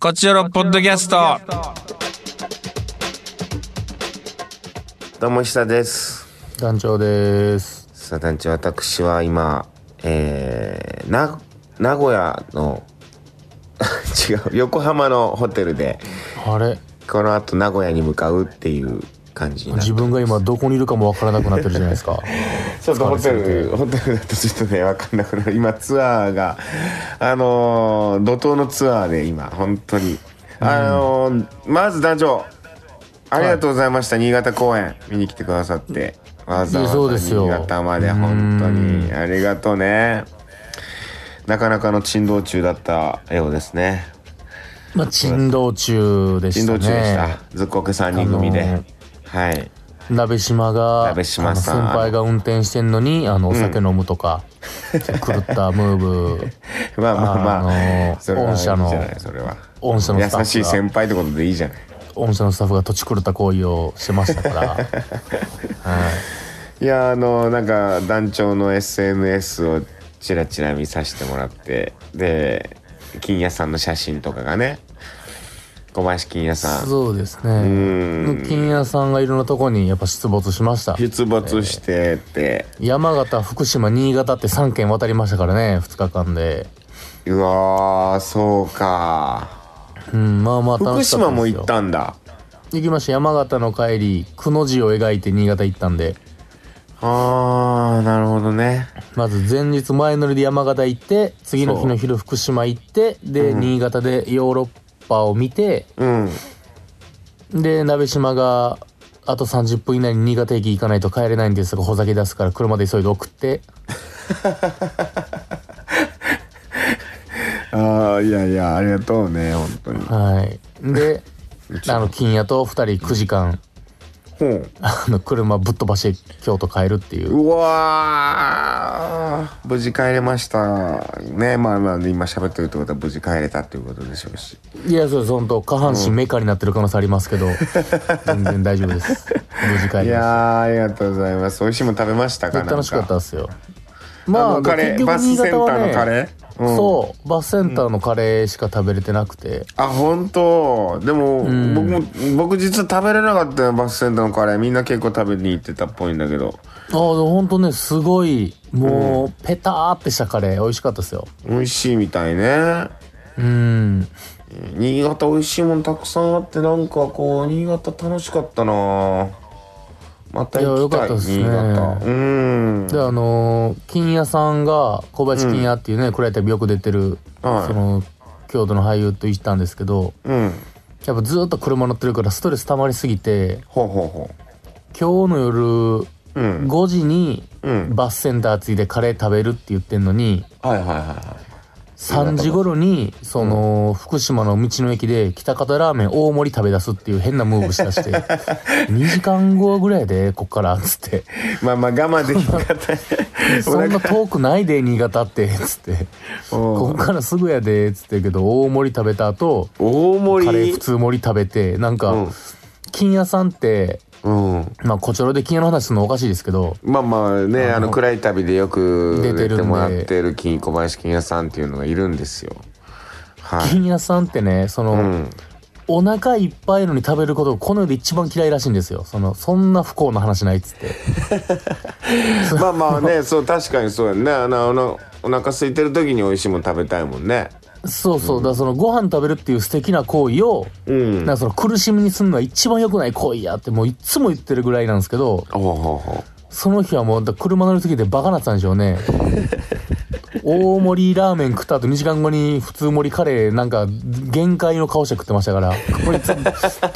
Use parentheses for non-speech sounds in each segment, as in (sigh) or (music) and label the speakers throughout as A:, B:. A: こちらのポッドキャスト。
B: どうも久です。
C: 団長です。
B: さあ団長、私は今、えー、な、名古屋の、 (laughs) 違う、横浜のホテルで、
C: あれ
B: この後名古屋に向かうっていう感じになって
C: 自分が今どこにいるかもわからなくなってるじゃな
B: (laughs)
C: いですか。
B: ちょっとホテル、ホテルだとちょっとね、わかんなくなる。今ツアーが、あのー、怒涛のツアーで今、本当に。あのー、まず団長、ありがとうございました。新潟公演、見に来てくださって。わざわ
C: そう
B: ざ
C: ですよ
B: 新潟まで、本当に。ありがとうね。なかなかの珍道中だったようですね。
C: まあ、珍道中でし
B: 珍道
C: たね。
B: 中でした。ずっこけ3人組
C: あ
B: で
C: の。
B: はい。
C: 鍋島が、
B: 鍋島さん
C: あの先輩が運転してんのに、あの、お酒飲むと
B: (laughs)
C: か、狂ったムーブ、
B: まあまあまあ、
C: あのー
B: それはいいんじゃ
C: 御社
B: ない
C: の
B: それは。
C: 御社のスタッフが
B: 優しい先輩ってことでいいじゃない。
C: 御社のスタッフが土地狂った行為をしてました
B: (laughs)
C: から、
B: いやあのなんか団長の SNS をちらちら見させてもらってで金谷さんの写真とかがね小林金谷さん
C: そうですね。金谷さんがいろんなとこにやっぱ出没しました。
B: 出没してて、
C: 山形、福島、新潟って3県渡りましたからね、2日間で。
B: うわーそうか
C: うん、まあまあ楽
B: 福
C: しか
B: 島
C: ったですよ。
B: も行ったんだ
C: 行きました山形の帰りくの字を描いて新潟行ったんで
B: あーなるほどね
C: まず前日前乗りで山形行って次の日の昼福島行ってで、新潟でヨーロッパを見て
B: うん
C: で鍋島があと30分以内に新潟駅行かないと帰れないんですがほざき出すから車で急いで送って
B: ああいやいやありがとうね本当に
C: はいであの金谷と2人9時間
B: ほう
C: あの車ぶっ飛ばして京都帰るっていう
B: うわー無事帰れましたねまあまあ今喋ってるってことは無事帰れたっていうことでしょうし
C: いやそうです本当下半身メカになってる可能性ありますけど、全然大丈夫です無事帰りま
B: い
C: した
B: やーありがとうございます美味しいもの食べましたかなん
C: 楽しかったですよ。ま
B: あのカレーバスセンターのカレー、うん
C: そうバスセンターのカレーしか食べれてなくて、
B: あ本当でも、僕も僕実は食べれなかったよバスセンターのカレーみんな結構食べに行ってたっぽいんだけど
C: ああ本当ねすごいもう、ペターってしたカレー美味しかったですよ
B: 美味しいみたいね
C: うん
B: 新潟美味しいものたくさんあってなんかこう新潟楽しかったなまた行きたい
C: いやよかったですね
B: 新潟うん
C: であのー金谷さんが小林金谷っていうね、暗い旅よく出てる、
B: はい
C: その京都の俳優と行ったんですけど
B: うん
C: やっぱずっと車乗ってるからストレス溜まりすぎて
B: ほうほうほ
C: 今日の夜
B: ううん
C: 5時に
B: うん
C: バスセンターついでカレー食べるって言ってんのに、
B: はいはいはいはい
C: 3時頃にその、福島の道の駅で北方ラーメン大盛り食べ出すっていう変なムーブしだして
B: (laughs)
C: 2時間後ぐらいでこっからっ
B: (laughs)
C: つって
B: まあまあ我慢できなか
C: (laughs)
B: ったね
C: そんな遠くないで新潟ってっつってこっからすぐやでっつって言うけど大盛り食べた後
B: 大盛り
C: カレー普通盛り食べてなんか、
B: うん
C: 金屋さんって
B: うん
C: まあこちらで金屋の話するのおかしいですけど
B: まあまあねあの暗い旅でよく
C: 出て
B: 出
C: るんで
B: てもらってる金小林金屋さんっていうのがいるんですよはい、
C: 金屋さんってねその、 (laughs)
B: うん、
C: お腹いっぱいのに食べることがこの世で一番嫌いらしいんですよそのそんな不幸な話ないっつって。
B: まあまあねそう確かにそうやねあのあのお腹空いてる時に美味しいもの食べたいもんね
C: そうそう、だからそのご飯食べるっていう素敵な行為を、
B: うん
C: なんかその苦しみにするのは一番良くない行為やってもういっつも言ってるぐらいなんですけど、
B: ほうほうほ
C: その日はもうだから車乗りすぎてバカなってたんでしょ
B: (laughs)
C: うね。大盛りラーメン食った後2時間後に普通盛りカレーなんか限界の顔して食ってましたから、こいつ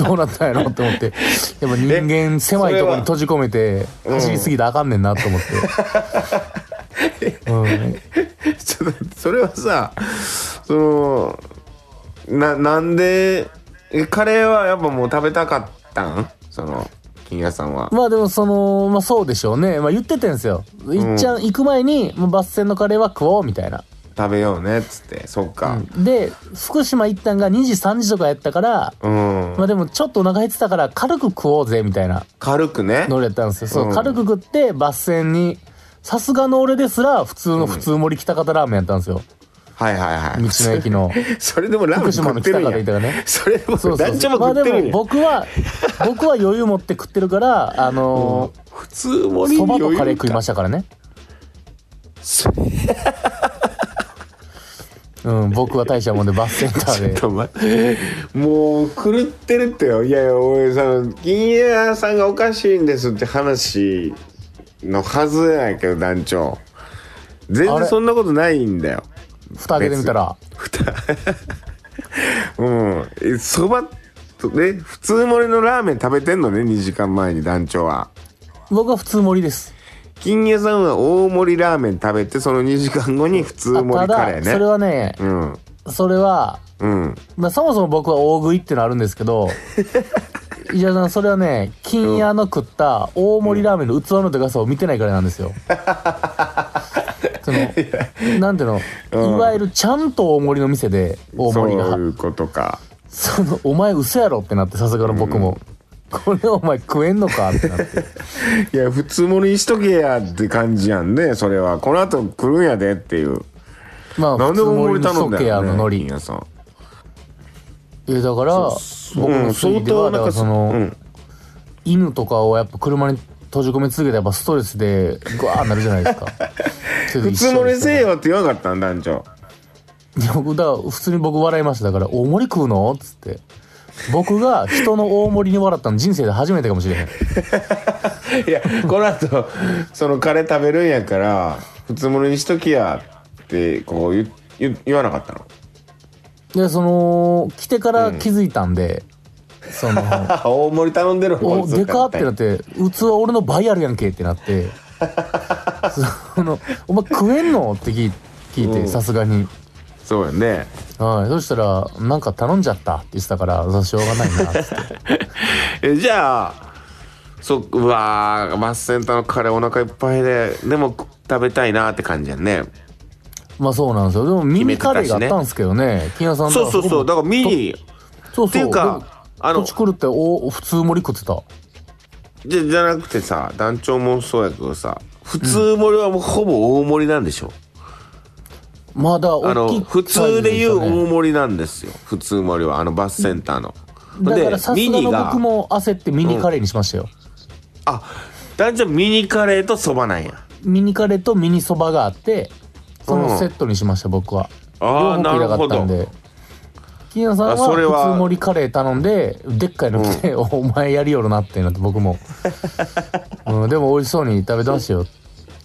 C: どうなったんやろって思って、やっぱ人間狭いところに閉じ込めて走りすぎてあかんねんな
B: (laughs)
C: と思って。うん、
B: う (laughs) ちょっと待ってそれはさそのななんでえカレーはやっぱもう食べたかったんその金屋さんは
C: まあでもその、まあそうでしょうね。まあ言ってたんですよ。いっちゃん、行く前に、もうバス戦のカレーは食おう、みたいな。
B: 食べようねっつってそっか
C: で、福島行ったんが2時3時とかやったから、
B: うん、
C: まあでもちょっとお腹減ってたから軽く食おうぜ、みたいな
B: 軽くね
C: ノリやったんですよ。そう、
B: うん
C: 軽く食ってバス戦に、さすがの俺ですら普通の普通盛り北方ラーメンやったんですよ。
B: はいはいはい
C: 道の駅の
B: (laughs) それでもラーメン
C: 福島
B: 食
C: の
B: って
C: 北
B: るん
C: 方いた
B: や
C: らね
B: それでも
C: そうそう
B: 団長も
C: まあ
B: 食ってる
C: で
B: ん
C: も
B: や
C: 僕は僕は余裕持って食ってるからあの
B: 普通盛り
C: そ
B: に
C: ば、
B: 余
C: と
B: 裕
C: カレー食いましたからね
B: そ
C: うん僕は大したもんでバスセンターで
B: ちょっと待ってもう狂ってるってよいやいや俺さ銀屋さんがおかしいんですって話のはずやけど団長全
C: あ
B: 然
C: れ
B: そんなことないんだよ
C: 蓋開けてみたら
B: うんえそばとね普通盛りのラーメン食べてんのね2時間前に団長は
C: 僕は普通盛りです
B: 金屋さんは大盛りラーメン食べてその2時間後に普通
C: あ
B: 盛
C: た
B: りカレー
C: だ
B: ね
C: それはね
B: うん
C: それは
B: うん
C: まあ、そもそも僕は大食いってのあるんです
B: (laughs)
C: けど石田さんそれはね金屋の食った大盛りラーメンの器のでかさを見てないからなんですよそ
B: (laughs)
C: のなんていうの、
B: うん
C: いわゆるちゃんと大盛りの店で大盛りが
B: そういうことか
C: そのお前嘘やろってなってさすがの僕も、これお前食えんのかってなって
B: (laughs) いや普通盛りにしとけやって感じやんねそれはこの後来るんやでっていう
C: まあ
B: な
C: 普
B: んで
C: 通
B: 大盛り
C: 盛りに
B: 頼
C: し
B: ん
C: と
B: だ
C: けや
B: よ、ね、
C: の海苔
B: 皆さん
C: いやだから僕
B: う
C: の
B: ん
C: 推
B: 相
C: 理では、
B: 当な
C: だか
B: んか
C: らその、
B: うん
C: 犬とかをやっぱ車に閉じ込め続けてやっぱストレスでグワーなるじゃな
B: (laughs)
C: いですか
B: 普
C: 普
B: 通盛りせえよって言わなかったん団長
C: いや僕だから普通に僕笑いましただから「大盛り食うの?」っつって僕が人の大盛りに笑ったの人生で初めてかもしれへん
B: いやこの後そのカレー食べるんやから普通盛りにしときやってこう言言言わなかったの
C: でその来てから気づいたんで、その
B: あ大盛り頼んでる
C: 「おでか!」ってなってて「器俺の倍あるやんけ」ってなって
B: (laughs)
C: その「お前食えんの?」って聞い聞いうて
B: ん
C: さすがに。
B: そうやね
C: はい、そしたら「なんか頼んじゃった」って言ってたからしょうがないな
B: (laughs)
C: っつって
B: えじゃあそっうわーバスセンターのカレーお腹いっぱいででも食べたいなって感じやんね
C: まあそうなんですよでもミニカレーがあったんですけどね金谷さん
B: そうそうそうだからミニ
C: そうそうっ
B: っていうかあの
C: 土地狂ってお普通盛り食ってた
B: じゃじゃなくてさ団長もそうやけどさ普通盛りはもうほぼ大盛りなんでしょ、
C: まあだ
B: あ
C: 大
B: の
C: きい
B: 普通でいう
C: サイズ
B: 大盛りなんですよ普通盛りはあのバスセンターの、
C: したねだから
B: で
C: さ
B: ミ
C: すが
B: ニ
C: の
B: が
C: 僕も焦ってミニカレーにしましたよ、
B: あ団長ミニカレーとそばなんや
C: ミニカレーとミニそばがあってそ
B: うん
C: のセットにしました僕は、
B: ああ
C: 両
B: な
C: 方食い
B: る
C: たか
B: ほ
C: ったん
B: ど
C: で金谷さんは
B: あそれは
C: 普通盛りカレー頼んででっかいの来て、お前やりよるなってなって
B: (laughs)
C: 僕も、うん、でも美味しそうに食べてましたよ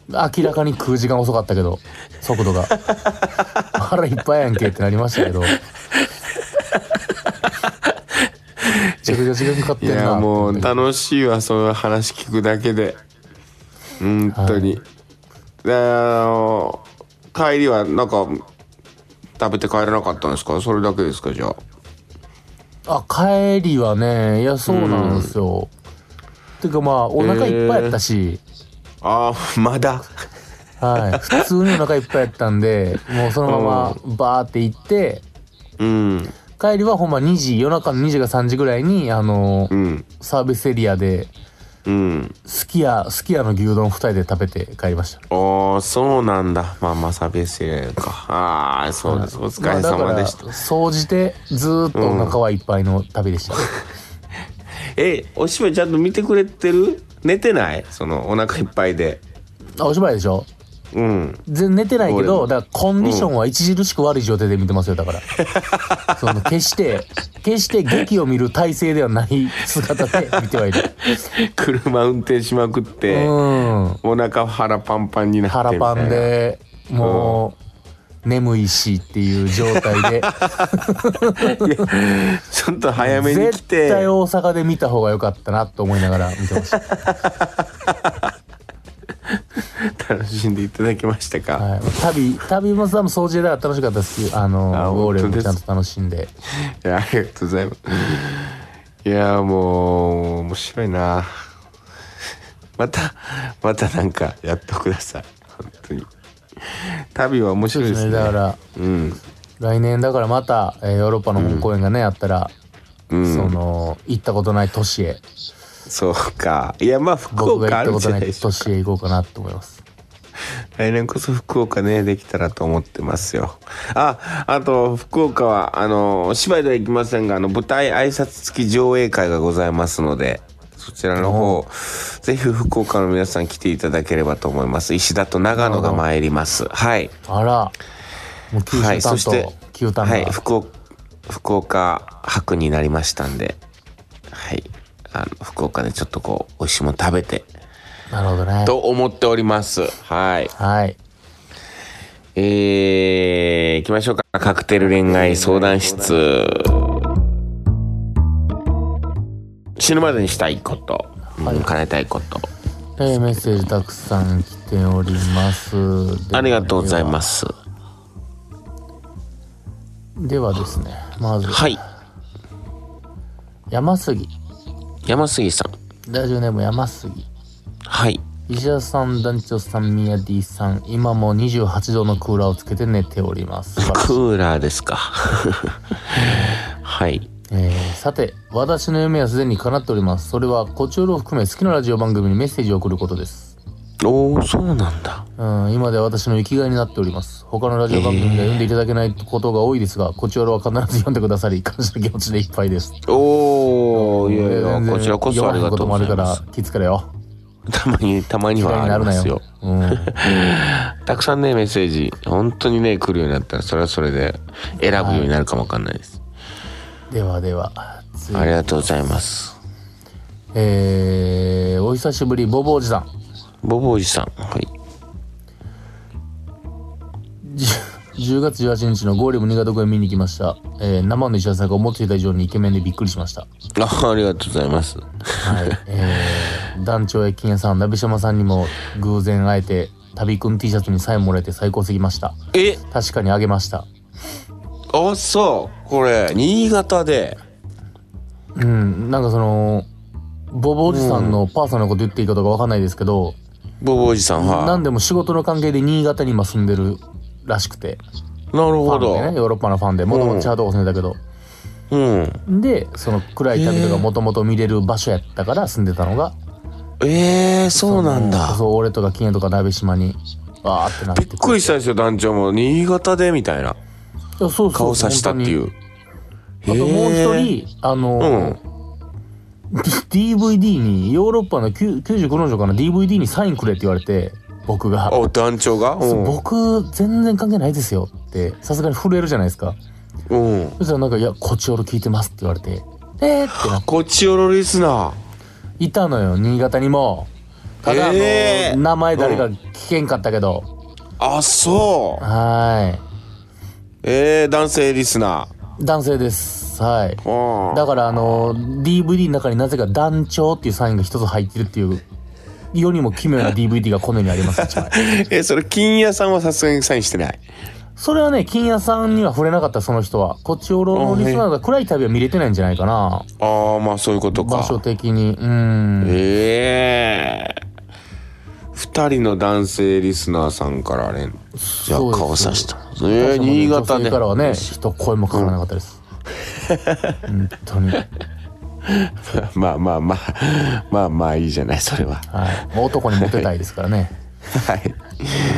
C: 明らかに食う時間遅かったけど
B: (laughs)
C: 速度が腹いっぱいやんけってなりましたけどめちゃくちゃ時間かかって
B: い
C: ん
B: や
C: な
B: もう楽しいわそういう話聞くだけで本当に、であの帰りはなんか食べて帰らなかったんですかそれだけですかじゃあ
C: あ帰りはねいやそうなんですよ、てかまあお腹いっぱいやったし、
B: あーまだ
C: はい、普通にお腹いっぱいやった
B: (laughs)
C: んでもうそのままバーって行って
B: うん
C: 帰りはほんま2時夜中の2時か3時ぐらいにあの
B: うん
C: サービスエリアで
B: うん
C: すき家すき家の牛丼2人で食べて帰りました
B: おーそうなんだまあまあサービスエリアかああそうですお疲れ
C: ま
B: 様
C: あだ
B: で
C: か
B: した、
C: ら総じてずーっとお腹はいっぱいの旅
B: (laughs)
C: でした、
B: えおしめちゃんと見てくれてる寝てないそのお腹いっぱいで
C: あお芝居でしょ
B: うん
C: 全然寝てないけ
B: 俺
C: ど
B: も
C: だからコンディションは著しく悪い状態で見てますよだから
B: (laughs)
C: その決して決して劇を見る体勢ではない姿で見ては
B: (laughs)
C: いる
B: 車運転しまくって、
C: うん
B: お腹腹パンパンになって
C: 腹
B: みた
C: パ
B: いな
C: ンでもう眠いしっていう状態
B: (laughs)
C: で
B: ちょっと早めに来
C: 絶
B: て
C: 対大阪で見た方が良かったなと思いながら見てました、
B: 楽しんでいただけましたか、
C: はい、旅旅も多分掃除で楽しかったですしあ
B: あ
C: のウォーレ
B: 本当で
C: も
B: す
C: ちゃんと楽しんで
B: いやありがとうございますいやもう面白いなまたまたなんかやってください本当に旅は面白いですね
C: だから
B: うん
C: 来年だからまた、えーヨーロッパの本公演がね、あったら、
B: うん
C: その行ったことない都市へ
B: そうかいやまあ福
C: 僕が
B: 岡あ
C: 行った
B: るん
C: こ
B: じ
C: と
B: ゃ
C: な
B: ないで
C: い
B: しょ
C: 都
B: う
C: 市へ行こうかなと思います
B: 来年こそ福岡ね、できたらと思ってますよ。あ、あと、福岡は、あの、芝居では行きませんが、あの、舞台挨拶付き上映会がございますので、そちらの方、ぜひ福岡の皆さん来ていただければと思います。石田と長野が参ります。はい。
C: あらもう九
B: はい、
C: 州
B: そ
C: 担
B: して
C: 当、九担
B: はい、
C: が
B: 福岡、福岡博になりましたんで、はい、あの、福岡でちょっとこう、美味しいもの食べて、
C: なるほどね
B: と思っております。はい。
C: はい
B: えー、行きましょうか。カクテル恋愛相談室。死ぬまでにしたいこと、うん叶えたいこと、
C: えーメッセージたくさん来ております
B: ありがとうございますす。
C: ではですねまず
B: はい、
C: 山杉
B: 山杉さん。
C: ラジオネーム山杉
B: はい。
C: 石田さん団長さん宮 D さん今も28度のクーラーをつけて寝ております素晴らしい
B: クーラーですか。はい。
C: えーさて私の夢はすでに叶っておりますそれはコチュールを含め好きなラジオ番組にメッセージを送ることです
B: おお、そうなんだ。
C: うん今では私の生きがいになっております他のラジオ番組では読んでいただけないことが多いですが、コチュールは必ず読んでくださり感謝の気持ちでいっぱいです
B: おお、いやいや、こちらこそありがとうござい
C: 読まへん
B: ます
C: こもある。から気付けろよ
B: たまに、たまに
C: 嫌い
B: は
C: に
B: あり
C: なる
B: ま
C: な
B: す
C: よ
B: よ。、
C: うん、
B: たくさんね、メッセージ、本当にね、来るようになったら、それはそれで選ぶようになるかもわかんないです。
C: ではでは次
B: ありがとうございます。
C: えー、お久しぶりボボおじさん
B: ボボおじさん。はい。
C: 10月18日のゴーレム新潟公演見に行きました、えー生の石田さんが思っていた以上にイケメンでびっくりしました
B: あありがとうございます。
C: はい、えー、団長や金谷さん、鍋島さんにも偶然会えて、旅くん T シャツにサインもらえて最高すぎました。
B: え、
C: 確かにあげました。
B: あ、そう。これ、新潟で。
C: うん、なんかその、ボボおじさんのパーソナルなこと言っていいかどうかわかんないですけど、
B: ボボおじさん、
C: な
B: は
C: んでも仕事の関係で新潟に今住んでるらしくて、
B: い。なる
C: ファ
B: ほ
C: ンで
B: ど。
C: ね、ヨーロッパのファンで、もともとチャートを住んでたけど、
B: うん。
C: で、その暗い旅とかもともと見れる場所やったから住んでたのが、
B: ええー、そうなんだ。
C: そう、俺とか金谷とか鍋島に、わーってなって
B: びっくりしたんですよ、団長も。新潟で、みたいな。
C: いやそうそう
B: 顔さしたってい。う。
C: あともう一
B: へー
C: 人、あの、DVD に、ヨーロッパのきゅ95の城かな、DVD にサインくれって言われて、僕が。
B: お団長がう
C: 僕、全然関係ないですよって、さすがに震えるじゃないですか。
B: ん。うん。
C: そしたらなんか、いや、こっちおろ聞いてますって言われて、えーってなっ
B: こっちよろリスナー。
C: いたのよ、新潟にも。ただ、あの
B: へー
C: 名前誰か聞けんかったけど、
B: あ、そう。
C: は
B: ええー、男性リスナ
C: ーい。男性です。はい。
B: ー。うん。
C: だからあの DVD の中になぜか団長っていうサインが一つ入ってるっていう世にも奇妙な DVD がこの世にあり
B: (laughs)
C: ます一枚
B: えー、それ、金屋さんはさすがにサインしてない。
C: それはね金谷さんには触れなかったその人はこっちおろのリスナーが暗い旅は見れてないんじゃないかな
B: ああ、まあそういうこと
C: 場所
B: か。
C: 的にうん
B: ええー。二人の男性リスナーさんからね。じゃあ
C: そうです
B: 顔さした。ええー、
C: 確かに
B: 新潟
C: 女
B: で。
C: 性からはね一声もかからなかったです、本当に、はい、
B: (laughs) まあまあ (laughs) まあ、まあまあいいじゃない、それは。 (laughs)
C: もう男にモテたいですからね
B: はい。え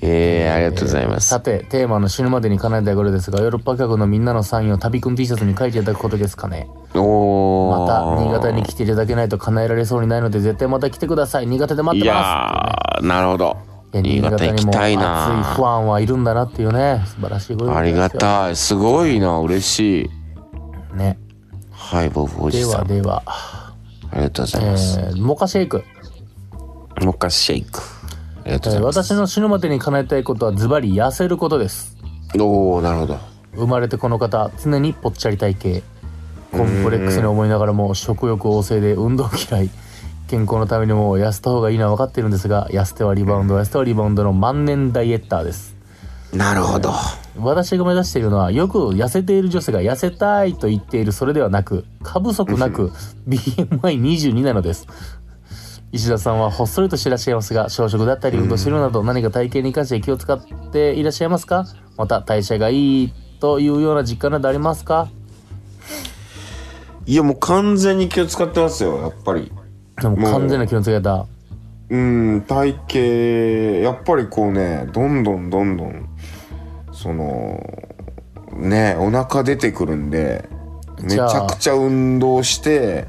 B: えー、ありがとうございます
C: さ。てテーマの「死ぬまでに叶えたい頃」ですがヨーロッパ客のみんなのサインを旅くん T シャツに書いていただくことですかね
B: おー
C: また新潟に来ていただけないと叶えられそうにないので絶対また来てください新潟で待っ
B: い
C: てま
B: やーなるほど
C: すい
B: 新
C: や
B: 潟行きたい
C: 新潟にも熱いフ
B: な
C: ァンはいるんだなっていうね素晴らしいご
B: ありが
C: い
B: たいすごいな嬉しい
C: ね
B: はいボブおじ
C: で
B: さん
C: は
B: あ
C: では、
B: りがとうござい
C: え
B: ます、
C: ー、モカシェイク、
B: もう一回シェイクありが
C: え
B: とう
C: ー
B: ございま
C: 私
B: す、
C: の死ぬまでに叶えたいことはズバリ痩せることです
B: おおなるほど
C: 生まれてこの方常にぽっちゃり体型コンプレックスに思いながらも食欲旺盛で運動嫌い健康のためにも痩せた方がいいのは分かってるんですが痩せてはリバウンド痩せてはリバウンドの万年ダイエッターです
B: なるほど
C: 私が目指しているのはよく痩せている女性が痩せたいと言っているそれではなく過不足なく BMI22 なのです石田さんはほっそりとしていらっしゃいますが小食だったり運動してるなど何か体型に関して気を使っていらっしゃいますかまた代謝がいいというような実感などありますか
B: いやもう完全に気を使ってますよやっぱり
C: でも完全な気をつけた
B: う
D: うん体型やっぱりこうねどんどんどんどんそのねお腹出てくるんでめち
C: じゃあ
D: ゃくちゃ運動して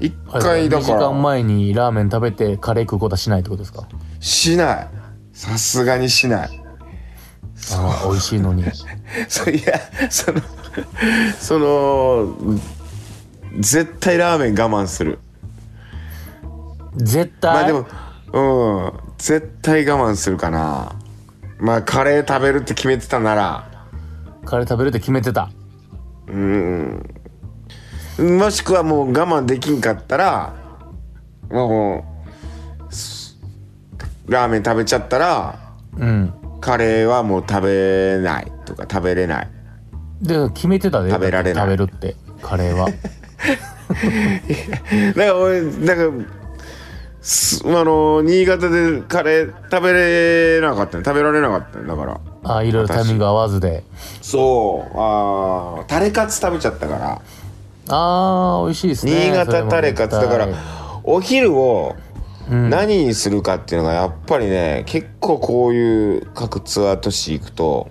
D: 一回だ
C: 2
D: か
C: 時
D: ら、
C: 間前にラーメン食べてカレー食うことはしないってことですか
D: しないさすがにしない
C: あー美味しいのに
D: そういやそのその絶対ラーメン我慢する
C: 絶対、
D: まあでもうん絶対我慢するかなまあカレー食べるって決めてたなら
C: カレー食べるって決めてた
D: もしくはもう我慢できんかったらもうラーメン食べちゃったら
C: うん
D: カレーはもう食べないとか食べれない
C: で決めてたで
D: 食べられない
C: 食べるってカレー
D: (laughs)
C: は
D: だから俺なんかすあの新潟でカレー食べれなかったね食べられなかったねだから
C: あーいろいろタイミング合わずで
D: そうあータレカツ食べちゃったから
C: あー美味しいですね
D: 新潟タレカツ
C: それ
D: だ
C: も
D: から
C: 絶対
D: お昼を
C: うん
D: 何にするかっていうのがやっぱりね結構こういう各ツアー都市行くと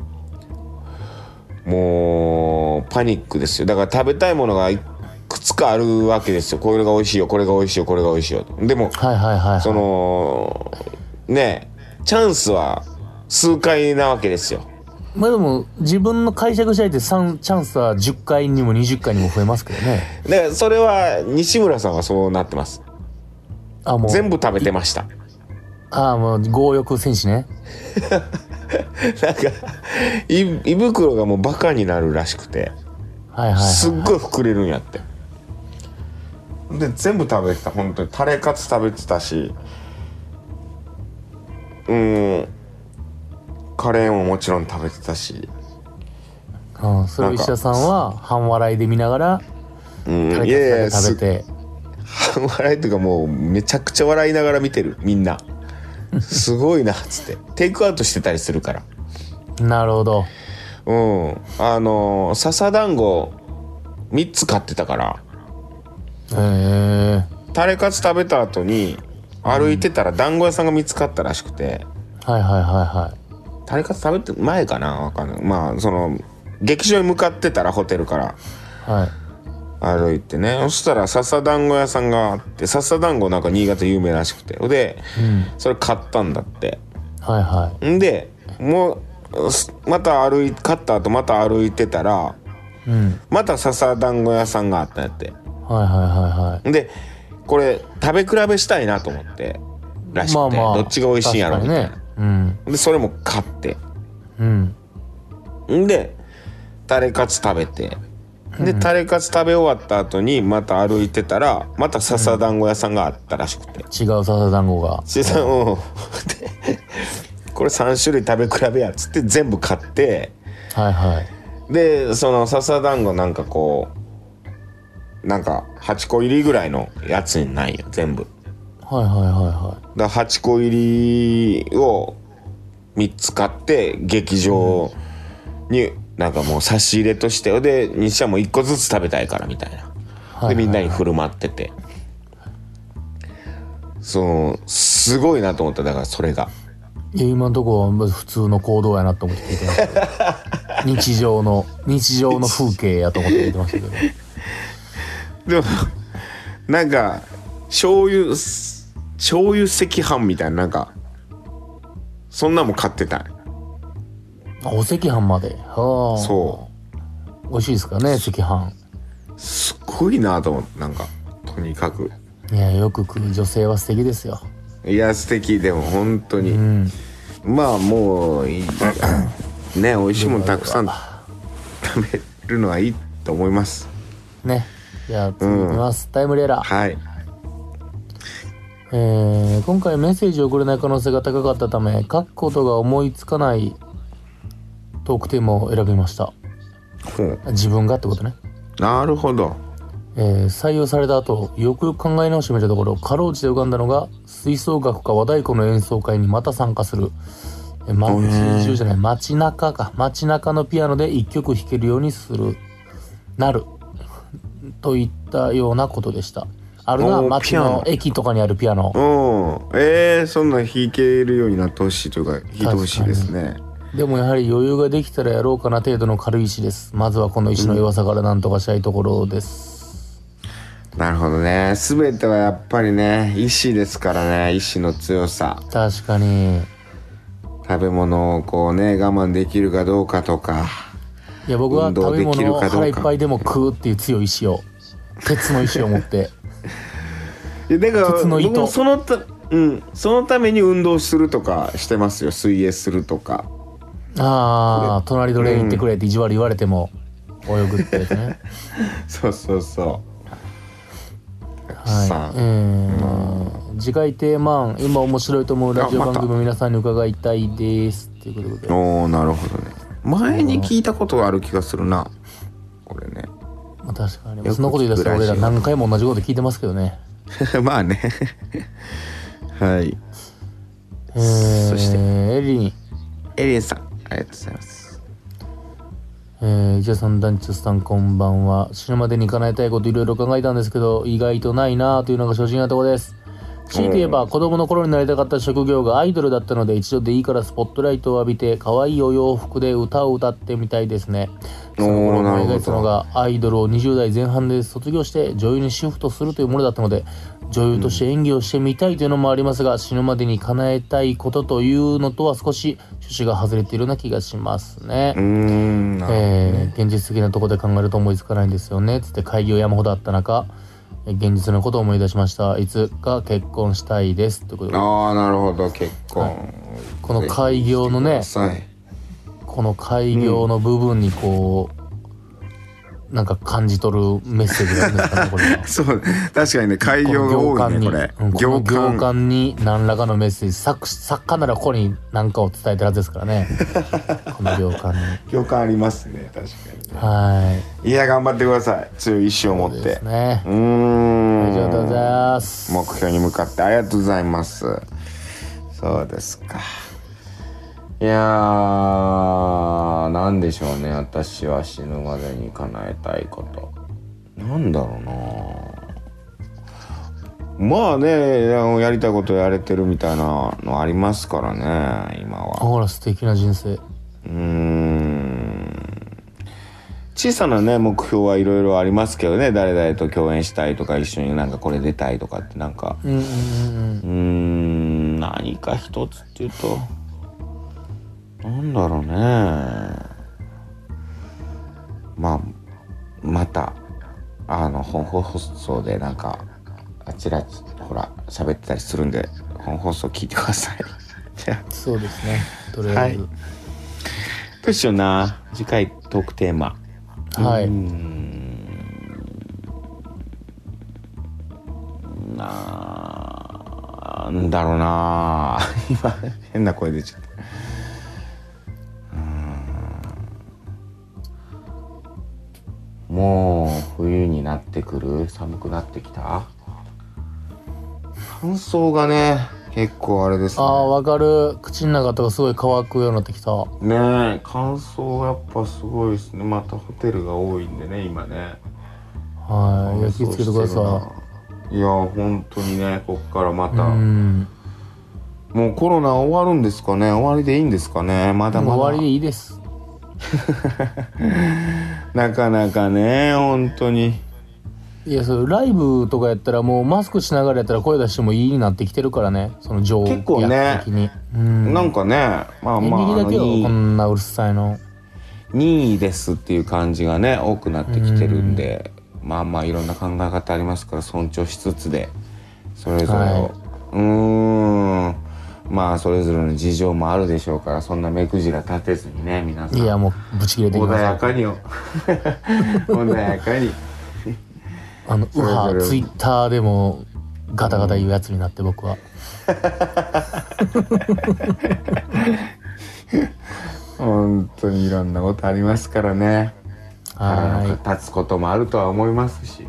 D: もうパニックですよだから食べたいものがいくつかあるわけですよこれが美味しいよこれが美味しいよこれが美味しいよでも
C: はいはいはいはい
D: そのねチャンスは数回なわけですよ
C: まあでも自分の解釈次第で3チャンスは10回にも20回にも増えますけどね
D: だからそれは西村さんはそうなってます
C: あもう
D: 全部食べてました
C: ああもう強欲戦士ね
D: なんかい胃袋がもうバカになるらしくて
C: はいはい、はい、
D: すっごい膨れるんやってで全部食べてた本当にタレカツ食べてたしうんカレーももちろん食べてたし、
C: うん、それを石田さんは半笑いで見ながら
D: うん、
C: タ
D: いやい
C: レ
D: や
C: カツ食べ
D: す
C: て
D: 笑いというかもうめちゃくちゃ笑いながら見てるみんなすごいなっつ
C: (laughs)
D: ってテイクアウトしてたりするから
C: なるほど
D: うんあのー笹団子3つ買ってたから
C: へえ
D: タレカツ食べた後に歩いてたら団子屋さんが見つかったらしくて、
C: はいはいはいはい
D: タレカツ食べて前かなわかんないまあその劇場に向かってたらホテルから
C: はい
D: 歩いてねそしたら笹団子屋さんがあって笹団子なんか新潟有名らしくてで、それ買ったんだって
C: はいはい
D: んでもうすまた歩い買った後また歩いてたら
C: うん
D: また笹団子屋さんがあったんやって
C: はいはいはいはい
D: でこれ食べ比べしたいなと思ってらしくて、どっちが美味しいんやろ
C: 確かに
D: みたいな
C: ねうん
D: でそれも買って
C: うん
D: んでタレカツ食べてでタレカツ食べ終わった後にまた歩いてたらまた笹団子屋さんがあったらしくて、
C: 違う笹団子が
D: しさんうんでこれ3種類食べ比べやっつって全部買って
C: はいはい
D: でその笹団子なんかこうなんか8個入りぐらいのやつにないよ全部。
C: はいはいは
D: だから8個入りを3つ買って劇場になんかもう差し入れとしてで西はもう1個ずつ食べたいからみたいな、
C: いはいはい
D: でみんなに振る舞っててそのすごいなと思っただからそれが
C: いいや今のとこはまず普通の行動やなと思って聞いてましたけど日常の日常の風景やと思って聞いてましたけど
D: でもなんか醤油醤油赤飯みたいななんかそんなんも買って
C: あ
D: た
C: お赤飯まではあ
D: そう
C: 美味しいですかね赤飯
D: うすごいなと思ってなんかとにかく。
C: いやよく食う女性は素敵ですよ
D: いや素敵でも本当に、
C: うん
D: まあもういいね美味しいもんたくさん食べるのはいいと思います
C: ねじゃあ次いきます、タイムレーラー
D: はい
C: えー今回メッセージを送れない可能性が高かったため書くことが思いつかないトークテーマを選びました
D: ほう
C: 自分がってことね、
D: なるほど
C: えー採用された後よくよく考え直してみたところかろうじて浮かんだのが吹奏楽か和太鼓の演奏会にまた参加するえー街中じゃない街中か街中のピアノで一曲弾けるようにするなるといったようなことでしたあるな
D: おー
C: 街
D: ピアノ
C: の駅とかにあるピアノ
D: うんえー、そんなん弾けるようになってほしいというか弾いてほしいですね
C: でもやはり余裕ができたらやろうかな程度の軽い石ですまずはこの石の弱さからなんとかしたいところです、
D: なるほどね全てはやっぱりね意志ですからね意志の強さ
C: 確かに
D: 食べ物をこうね我慢できるかどうかとか
C: いや僕は
D: 運動
C: 食べ
D: できるかど
C: 物
D: う
C: を
D: か
C: 腹いっぱいでも食うっていう強い意志を鉄の意志を持って
D: (laughs) いやだから
C: 鉄の糸
D: 僕もそのたうんそのために運動するとかしてますよ水泳するとか (laughs)
C: ああ隣どれ行ってくれって意地悪言われても泳ぐってやつね
D: そうそうそう
C: は
D: さ
C: い、えー、次回テーマ今面白いと思うラジオ番組皆さんに伺いたいですっていうことで
D: あおおなるほどね前に聞いたことがある気がするなこれね (laughs)
C: まあ確か
D: く聞
C: に
D: く
C: そんなこと言い出したら俺ら
D: ラジオ
C: 何回も同じこと聞いてますけどね
D: まあね (laughs) はい
C: えー、
D: そして
C: エリン
D: エリンさんありがとうございます
C: えー、ジェイソン・ダンチュスさんこんばんは死ぬまでに叶えたいこといろいろ考えたんですけど意外とないなあというのが正直なところです強いて言えば子供の頃になりたかった職業がアイドルだったので一度でいいからスポットライトを浴びて可愛いお洋服で歌を歌ってみたいですね
D: お
C: その頃
D: ーな
C: 思
D: る
C: い
D: ほ
C: 描いたの
D: ど
C: がアイドルを20代前半で卒業して女優にシフトするというものだったので女優として演技をしてみたいというのもありますが、死ぬまでに叶えたいことというのとは少し趣旨が外れているような気がしますね。
D: うーんなるほど
C: えー現実的なところで考えると思いつかないんですよねつって会議を山ほどあった中えー現実のことを思い出しましたいつか結婚したいですということで
D: ああなるほど結婚、
C: この開業のね
D: はい
C: この開業の部分にこう、なんか感じ取るメッセージがあるんですかねこれ
D: (laughs)
C: は
D: そう確かにね開
C: こ
D: 業
C: の
D: が多い
C: に
D: ね
C: う
D: こ
C: ん
D: れ
C: この行間に何らかのメッセージ作作家ならここに何かを伝えてるはずですから
D: (laughs)
C: ねこの行間に
D: 行間ありますね確か
C: は
D: にいや頑張ってください強い意志を持
C: い
D: っ
C: で
D: て
C: すね
D: うーん
C: ありがとうございます
D: 目標に向かってありがとうございますそうですかいやーなんでしょうね私は死ぬまでに叶えたいことなんだろうなまあねあのやりたいことやれてるみたいなのありますからね今は
C: あほら素敵な人生
D: うーん小さなね目標はいろいろありますけどね誰々と共演したいとか一緒になんかこれ出たいとかってなんか
C: うんうんうんうん
D: うーん何か一つっていうとなんだろうねまあまたあの本放送でなんかあちらほら喋ってたりするんで本放送聞いてください。 (laughs) じゃあ
C: そうですねとりあえず
D: はどうしような次回トークテーマ。
C: はい、
D: なんだろうな (laughs) 今変な声出ちゃったうーんもう冬になってくる寒くなってきた乾燥がね結構あれです
C: ああ
D: ね
C: わかる口の中とかすごい乾くようになってきた
D: ねえ乾燥がやっぱすごいですねまたホテルが多いんでね今ね
C: はい焼きつけてくださ
D: いいや本当にねこっからま
C: いう
D: た、
C: ん
D: もうコロナ終わるんですかね終わりでいいんですかねまだまだ
C: もう終わりでいいです
D: なかなかね本当に
C: いやそれライブとかやったらもうマスクしながらやったら声出してもいいになってきてるからねその情
D: 結構ね
C: 的に、うん、
D: なんかねまあ
C: 演
D: まあ
C: 劇
D: あ
C: だけよこ
D: の
C: んなうるさいの
D: 2位ですっていう感じがね多くなってきてるんでまあまあいろんな考え方ありますから尊重しつつでそれぞれを、
C: はいう
D: ーんまあそれぞれの事情もあるでしょうからそんな目くじら立てずにね皆さん
C: いやもうブチ切れてき
D: 穏
C: ま
D: や
C: す
D: かによ (laughs) 穏やかに
C: あのウハ
D: それぞれ
C: ツイッターでもガタガタ言うやつになって僕は
D: 本当にいろんなことありますからね腹
C: はい
D: の立つこともあるとは思いますし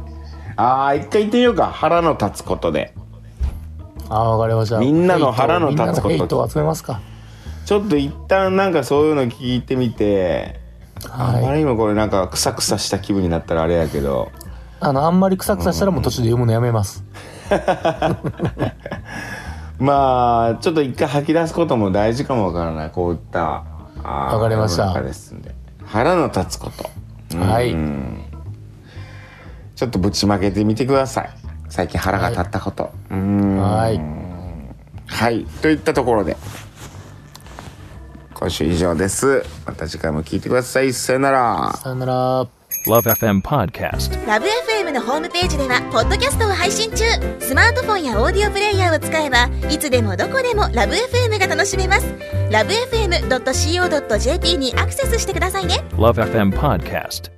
D: あー一回言ってみようか腹の立つことで
C: ああ、わかりました。
D: みんなの腹の立つこと
C: みんなのヘイトを集めますか。
D: ちょっと一旦なんかそういうの聞いてみて、あ
C: はい
D: まりにもこれなんかクサクサした気分になったらあれやけど
C: あのあんまりクサクサしたらもう途中で読むのやめます、
D: まあちょっと一回吐き出すことも大事かもわからないこういったわ
C: わかりました
D: ですんで腹の立つこと
C: はい
D: うんちょっとぶちまけてみてください最近腹が立ったこと、うん
C: はい
D: はいといったところで今週以上ですまた次回も聞いてくださいさよなら
C: さよなら
A: Love FM Podcast.
E: ラブ f m のホームページではポッドキャストを配信中スマートフォンやオーディオプレイヤーを使えばいつでもどこでもラブ f m が楽しめますラブ FM.co.jp にアクセスしてくださいね
A: Love FM Podcast.